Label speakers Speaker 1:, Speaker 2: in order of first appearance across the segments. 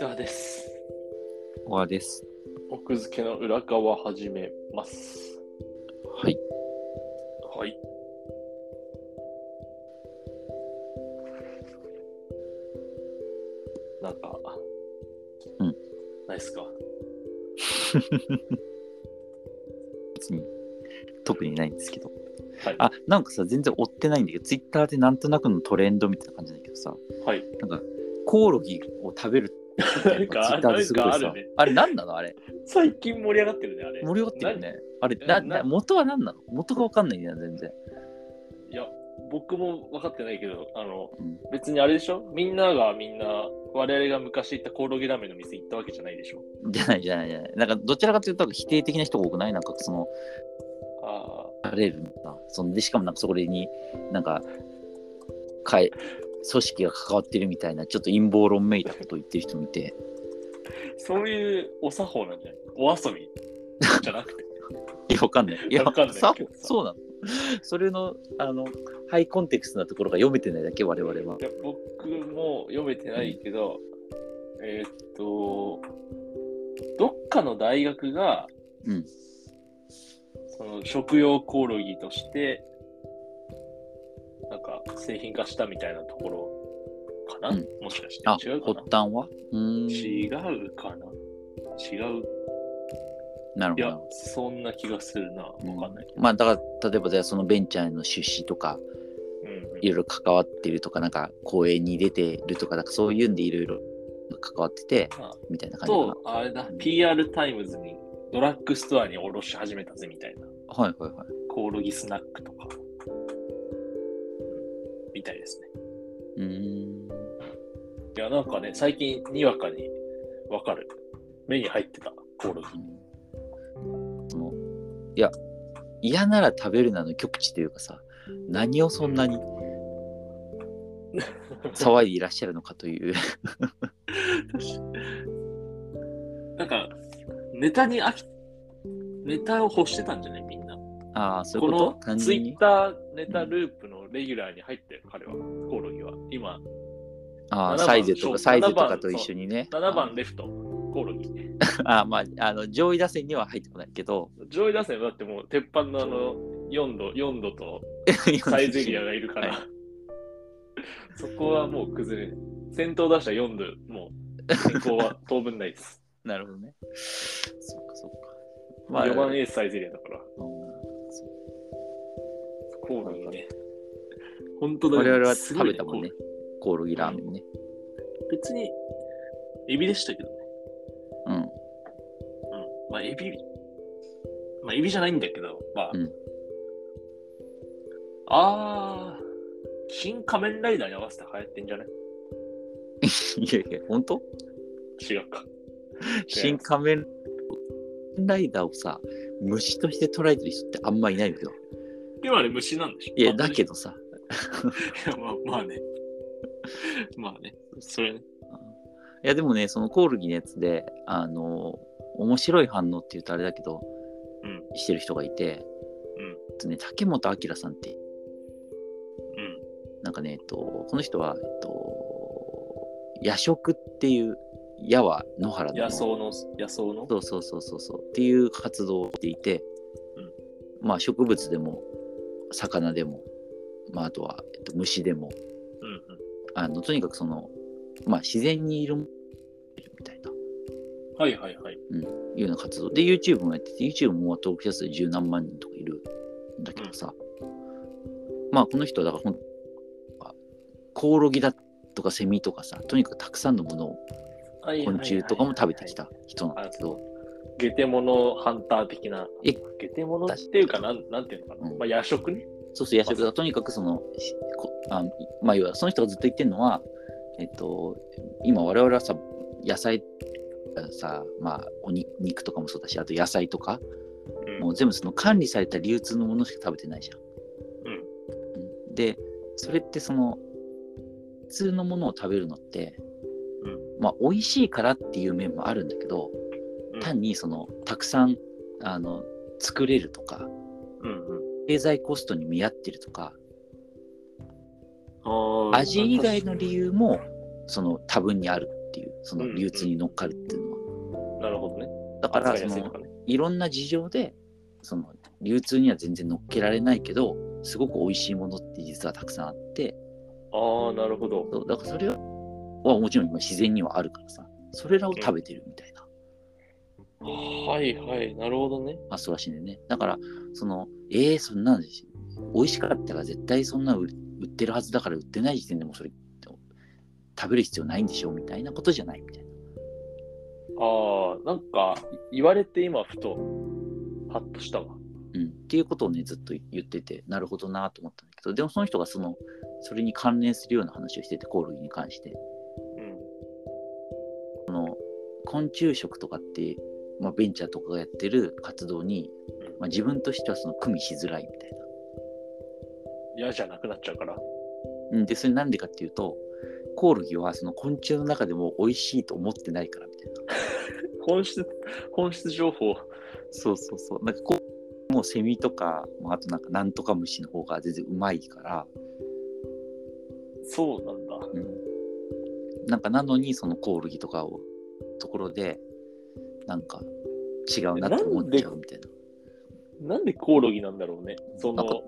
Speaker 1: 三田です。
Speaker 2: 小川です。
Speaker 1: 奥付けの裏側始めます。
Speaker 2: はい。
Speaker 1: はい。なんか、
Speaker 2: うん。
Speaker 1: ないっすか
Speaker 2: 別に特にないんですけど。
Speaker 1: はい。
Speaker 2: あ、なんかさ、全然追ってないんだけど、ツイッターでなんとなくのトレンドみたいな感じだけどさ、
Speaker 1: はい。
Speaker 2: なんかコオロギを食べるみたい
Speaker 1: なんか
Speaker 2: ツイッターですごい
Speaker 1: なんか
Speaker 2: さ
Speaker 1: あるね、
Speaker 2: あれなんなのあれ
Speaker 1: 最近盛り上がってるね、あれ。
Speaker 2: 盛り上がってるよね。あれ
Speaker 1: な
Speaker 2: なな、元は何なの元がわかんないんだよ、全然。
Speaker 1: な。いや、僕も分かってないけど、あの、
Speaker 2: うん
Speaker 1: 別にあれでしょみんながみんな、我々が昔行ったコオロギラーメンの店行ったわけじゃないでしょ
Speaker 2: じゃないじゃないじゃない。なんかどちらかというと否定的な人が多くないなんかその、
Speaker 1: ああ。
Speaker 2: バレるみたいな。そんで、しかもなんかそれに、なんか、かえ組織が関わってるみたいな、ちょっと陰謀論めいたことを言ってる人もいて。
Speaker 1: そういうお作法なんじゃないお遊びじゃなくて。
Speaker 2: いや、わかんない。いや、
Speaker 1: わかんない
Speaker 2: さ
Speaker 1: けどさ
Speaker 2: そうなの。それの、あの、ハイコンテクストなところが読めてないだけ、我々は。
Speaker 1: いや僕も読めてないけど、えーっと、どっかの大学が、
Speaker 2: うん
Speaker 1: その食用コオロギとして、なんか製品化したみたいなところかな、
Speaker 2: うん
Speaker 1: もしかして
Speaker 2: あ、
Speaker 1: 違うか
Speaker 2: 発
Speaker 1: な
Speaker 2: 端はうーん。
Speaker 1: 違うかな違う
Speaker 2: なる
Speaker 1: い
Speaker 2: ほ
Speaker 1: や
Speaker 2: ど、
Speaker 1: そんな気がするな。わか
Speaker 2: うん
Speaker 1: んないけど。
Speaker 2: まあ、だから、例えば、じゃあそのベンチャーへの出資とか、
Speaker 1: うん
Speaker 2: いろいろ関わってるとか、なんか、公演に出てるとか、なんかそういうんでいろいろ関わってて
Speaker 1: まあ、
Speaker 2: みたいな感じかな
Speaker 1: と、あれだ、PR タイムズにドラッグストアに卸し始めたぜみたいな。。
Speaker 2: はいはいはい。
Speaker 1: コオロギスナックとか。みたいですね。
Speaker 2: うーん。
Speaker 1: いや、なんかね、最近にわかにわかる。目に入ってた、コオロギ。
Speaker 2: そのいや嫌なら食べるなの極致というかさ何をそんなに騒いでいらっしゃるのかという
Speaker 1: なんか、ネタに飽き、ネタを欲してたんじゃないみんな。
Speaker 2: ああそう
Speaker 1: こ
Speaker 2: いうこと
Speaker 1: の
Speaker 2: 単
Speaker 1: ツ
Speaker 2: 純
Speaker 1: イ
Speaker 2: に
Speaker 1: ッターネタループのレギュラーに入ってる、彼は、コオロギは。今、7
Speaker 2: ああ
Speaker 1: 番
Speaker 2: サイズと
Speaker 1: そう
Speaker 2: かサイズ
Speaker 1: 7
Speaker 2: と
Speaker 1: 番
Speaker 2: かと一緒にね
Speaker 1: 7番レフト、コオロギ。
Speaker 2: ああまああの上位打線には入ってこないけど
Speaker 1: 上位打線はだってもう、鉄板のあの、4度、4度と サイゼリアがいるから、
Speaker 2: はい
Speaker 1: そこはもう崩れない先頭出した4度、もう先行は当分ないです。
Speaker 2: なるほどねそうかそうか まあ
Speaker 1: 4番エースサイゼリアだから、
Speaker 2: うんそう
Speaker 1: コールがね。本当だよ
Speaker 2: 我々は
Speaker 1: すご
Speaker 2: 食
Speaker 1: い
Speaker 2: べたもんね
Speaker 1: コ
Speaker 2: コオロギラーメンね
Speaker 1: ール別に、エビでしたけどね。
Speaker 2: うん
Speaker 1: うん。まあ、エビ、まあ、エビじゃないんだけど、まあ。
Speaker 2: うん
Speaker 1: あー、新仮面ライダーに合わせて流行ってんじゃない
Speaker 2: いやいや本当
Speaker 1: 違うか。
Speaker 2: 新仮面ライダーをさ虫として捉えてる人ってあんまいないんだよ
Speaker 1: 今あれ虫なんでしょ
Speaker 2: いやだけど
Speaker 1: い
Speaker 2: さ
Speaker 1: やまあまあね。まあね。それね。
Speaker 2: いやでもねそのコオロギのやつであの面白い反応って言うとあれだけど、
Speaker 1: うん
Speaker 2: してる人がいて、
Speaker 1: うん
Speaker 2: えっとね、竹本明さんって
Speaker 1: うん。
Speaker 2: なんかね、えっと、この人は、えっと、夜食っていう矢は野原の
Speaker 1: 野草の、野草の。
Speaker 2: そうそうそうそうそうっていう活動をしていて、まあ植物でも魚でも、まあ、あとは、えっと、虫でも
Speaker 1: うんうん。
Speaker 2: あのとにかくその、まあ、自然にいるみたいな
Speaker 1: はいはいはい。
Speaker 2: いうような活動で YouTube もやってて YouTube も登録者数十何万人とかいるんだけどさ、まあこの人はだからほんあコオロギだとかセミとかさとにかくたくさんのものを
Speaker 1: はいはいはい
Speaker 2: 昆虫とかも食べてき。た人なん
Speaker 1: あ
Speaker 2: だけど
Speaker 1: そう。ゲテモノハンター的な。
Speaker 2: え
Speaker 1: ゲテモノっていうか、なんなんていうのかな。
Speaker 2: うん
Speaker 1: まあ夜食ね。
Speaker 2: そうそう夜食だとにかくそのしこあまあ要はその人がずっと言ってるのはえっと今我々はさ野菜さまあお肉肉とかもそうだしあと野菜とか
Speaker 1: うん
Speaker 2: もう全部その管理された流通のものしか食べてないじゃん。うんでそれってその普通のものを食べるのって、
Speaker 1: うん
Speaker 2: まあ美味しいからっていう面もあるんだけど、
Speaker 1: うん
Speaker 2: 単にそのたくさんあの作れるとか
Speaker 1: うんうん。
Speaker 2: 経済コストに見合ってるとか
Speaker 1: ああ
Speaker 2: 味以外の理由もその多分にあるっていうその流通に乗っかるっていうのは、
Speaker 1: なるほどね。
Speaker 2: だから
Speaker 1: 扱い
Speaker 2: そ
Speaker 1: やすいと
Speaker 2: の
Speaker 1: かね。
Speaker 2: いろんな事情でその流通には全然乗っけられないけどすごく美味しいものって実はたくさんあって
Speaker 1: ああ、なるほど。
Speaker 2: そうだからそれはもちろん今自然にはあるからさそれらを食べてるみたいな
Speaker 1: はいはい、なるほどね。
Speaker 2: 発想らしいんだよねだからそのえー、そんなん美味しかったら絶対そんな売売ってるはずだから売ってない時点でもうそれ食べる必要ないんでしょみたいなことじゃないみたいな
Speaker 1: ああ、なんか言われて今ふと、ハッとしたわ。
Speaker 2: うん、っていうことをねずっと言っててなるほどなと思ったんだけどでもその人がそのそれに関連するような話をしててコオロギに関して
Speaker 1: うん。
Speaker 2: 昆虫食とかって、まあ、ベンチャーとかがやってる活動に、まあ、自分としてはその組みしづらいみたい
Speaker 1: 嫌じゃなくなっちゃうから。
Speaker 2: な、うん、でそれなんでかっていうとコオロギはその昆虫の中でも美味しいと思ってないからみたいな
Speaker 1: 本質、本質情報。
Speaker 2: そうそうそうなんかこうもうセミとかまああとなんかなんとか虫の方が全然うまいから、
Speaker 1: そうなんだ。
Speaker 2: うんなんかなのにそのコオロギとかをところでなんか違うなって思っちゃうみたいな。
Speaker 1: なんでコオロギなんだろうね。そ
Speaker 2: なんか
Speaker 1: の、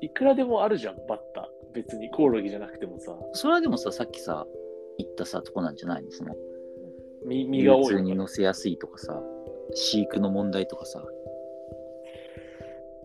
Speaker 1: いくらでもあるじゃん、バッタ。別にコオロギじゃなくてもさ、
Speaker 2: それはでもささっきさ言ったさとこなんじゃないのその
Speaker 1: 身身が
Speaker 2: 流
Speaker 1: 多い
Speaker 2: 通
Speaker 1: の
Speaker 2: に
Speaker 1: か
Speaker 2: 乗せやすいとかさ飼育の問題とかさ、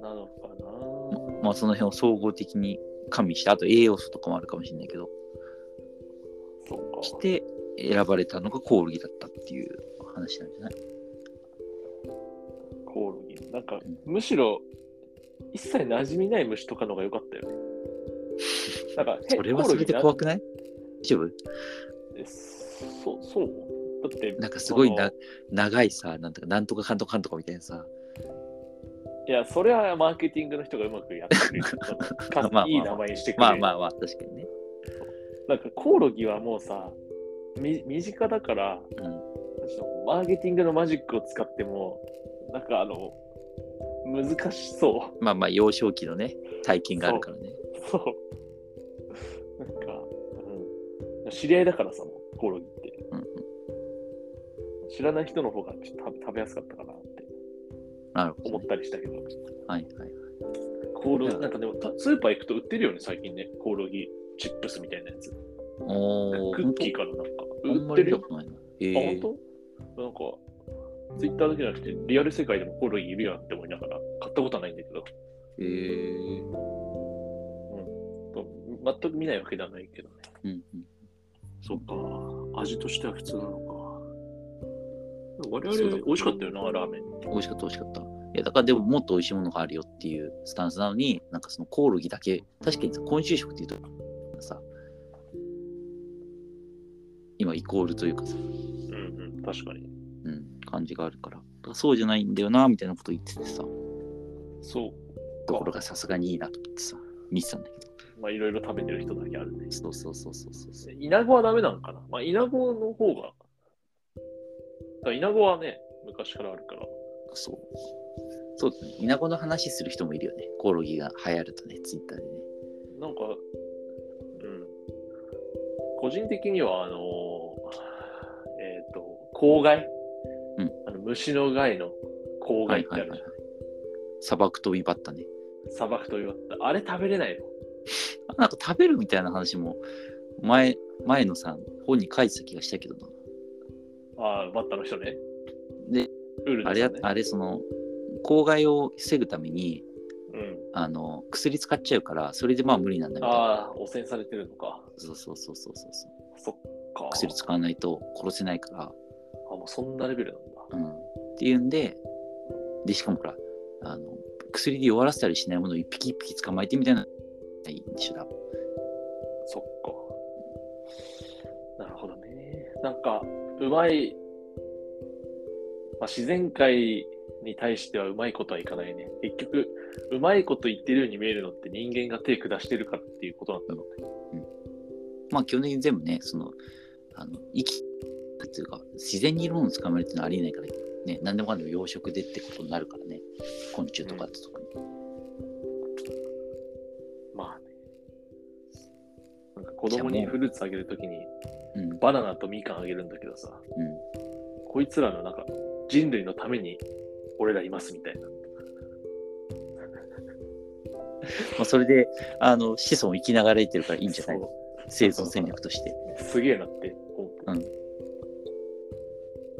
Speaker 1: ななのかな
Speaker 2: まあ、その辺を総合的に加味してあと栄養素とかもあるかもしれないけど
Speaker 1: そうか。
Speaker 2: して選ばれたのがコオロギだったっていう話なんじゃない
Speaker 1: コオロギ。なんか
Speaker 2: ん、
Speaker 1: むしろ、一切馴染みない虫とかのが良かったよね。なんか、え
Speaker 2: それはそれで
Speaker 1: コオロギな
Speaker 2: 怖くない大丈夫
Speaker 1: えそう、そうだって、
Speaker 2: なんかすごい
Speaker 1: あ
Speaker 2: な
Speaker 1: の
Speaker 2: 長いさなんとかなんとかかんとかかんとかみたいなさ
Speaker 1: いや、それはマーケティングの人がうまくやってくれる。そのか
Speaker 2: まあまあまあ
Speaker 1: いい名前にしてくれる。
Speaker 2: まあまあまあ確かにね。
Speaker 1: なんかコオロギはもうさ、み身近だから、
Speaker 2: うん
Speaker 1: ちょっとマーケティングのマジックを使っても、なんかあの、難しそう。
Speaker 2: まあまあ幼少期のね体験があるからね。
Speaker 1: そう。なんか、うん。知り合いだからさ、もうコオロギって。
Speaker 2: うんうん
Speaker 1: 知らない人の方がちょっと食べ食べやすかったかなって
Speaker 2: なるほ
Speaker 1: 思
Speaker 2: ど、
Speaker 1: っ
Speaker 2: ね。
Speaker 1: たりしたけど。
Speaker 2: はいはい。
Speaker 1: コオロギ、なんかでもたスーパー行くと売ってるよね、最近ね。コオロギチップスみたいなやつ。
Speaker 2: おお。
Speaker 1: クッキーかな、なんか。
Speaker 2: あん
Speaker 1: 売っ
Speaker 2: ま
Speaker 1: て
Speaker 2: り
Speaker 1: るよ
Speaker 2: 見たこ。とないな。
Speaker 1: あ、
Speaker 2: えー
Speaker 1: 本当なんか、ツイッターだけじゃなくて、リアル世界でもコオロギいるやんって思いながら、買ったことはないんだけど、
Speaker 2: えー。
Speaker 1: 全く見ないわけではないけどね。
Speaker 2: うんうん。
Speaker 1: そっか、味としては普通なのか。我
Speaker 2: そうだ
Speaker 1: 々、美味しかったよな、ラーメン。
Speaker 2: 美味しかった美味しかった。いやだからでももっと美味しいものがあるよっていうスタンスなのになんかそのコオロギだけ確かにさ昆虫食っていうとさ今イコールというかさ、
Speaker 1: うんうん、確かに。
Speaker 2: うん、感じがあるからだからそうじゃないんだよなみたいなこと言っててさ
Speaker 1: そ
Speaker 2: ところがさすがにいいなと思ってさ見てたんだけど
Speaker 1: う、まあ、いろいろ食べてる人だけあるね。
Speaker 2: そうそうそうそうそうそう
Speaker 1: イナゴはダメなのかなまあ、イナゴの方が。だからイナゴはね、昔からあるから。
Speaker 2: そう。そうだね。イナゴの話する人もいるよね。コオロギが流行るとね、ツイッターでね。
Speaker 1: なんか、うん。個人的には、あのーえっ、と、公害、
Speaker 2: うん
Speaker 1: あの虫の害の公害ってあるじゃん、
Speaker 2: 砂漠飛びバッタね。
Speaker 1: 砂漠と言われた。あれ食べれないの
Speaker 2: あなんか食べるみたいな話も、前、前のさ、本に書いてた気がしたけどな。
Speaker 1: ああ、バッタの人ね。
Speaker 2: で、
Speaker 1: ルール
Speaker 2: あ
Speaker 1: で
Speaker 2: れ
Speaker 1: すよ、
Speaker 2: や
Speaker 1: ね、
Speaker 2: あれ、その、公害を防ぐために、
Speaker 1: うん。
Speaker 2: あの、薬使っちゃうから、それでまあ無理なんだみたいな。
Speaker 1: ああ、汚染されてるのか。
Speaker 2: そうそうそうそうそうそう。
Speaker 1: そっか。
Speaker 2: 薬使わないと殺せないから、
Speaker 1: あ、もうそんなレベルなんだ。
Speaker 2: うん。っていうんで、で、しかもほら、あの、薬で弱らせたりしないものを一匹一匹捕まえてみたいな、いいんでしょ、多分
Speaker 1: そっか。なるほどね。なんか、うまい、まあ、自然界に対してはうまいことはいかないね。結局、うまいこと言ってるように見えるのって人間が手下してるからっていうことなんだろうね。
Speaker 2: まあ基本的に全部ね、その、あの、生き、っていうか、自然にいるものを捕まえるっていうのはありえないから、ね、何でもかんでも養殖でってことになるからね、昆虫とかって特に。
Speaker 1: まあね。なんか子供にフルーツあげるときに、
Speaker 2: うん。
Speaker 1: バナナとみかんあげるんだけどさ、
Speaker 2: うん。
Speaker 1: こいつらのなんか人類のために俺らいますみたいな。
Speaker 2: まあ、それで、あの、子孫を生きながられてるからいいんじゃない
Speaker 1: そう
Speaker 2: 生存戦略として。
Speaker 1: すげえなって思った。
Speaker 2: うん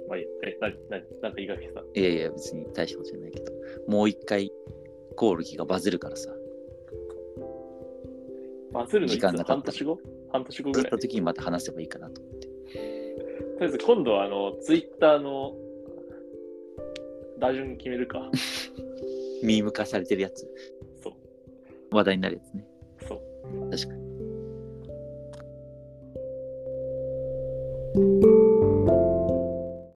Speaker 1: まあいいや、え、な、な、なんかいいかげさん。
Speaker 2: いやいや、別に大したことじゃないけど。もう一回、コオロギがバズるからさ。
Speaker 1: バズるのいつ
Speaker 2: 時間なか
Speaker 1: 半
Speaker 2: った
Speaker 1: 年後半年後
Speaker 2: バズ
Speaker 1: ぐらい。
Speaker 2: った
Speaker 1: とり
Speaker 2: 時にまた話せばいいかなと思って。
Speaker 1: あえず今度はあの、ツイッターの打順決め るか。
Speaker 2: ミーム化されてるやつ。
Speaker 1: そう、
Speaker 2: 話題になるやつね。
Speaker 1: そう。
Speaker 2: 確かに。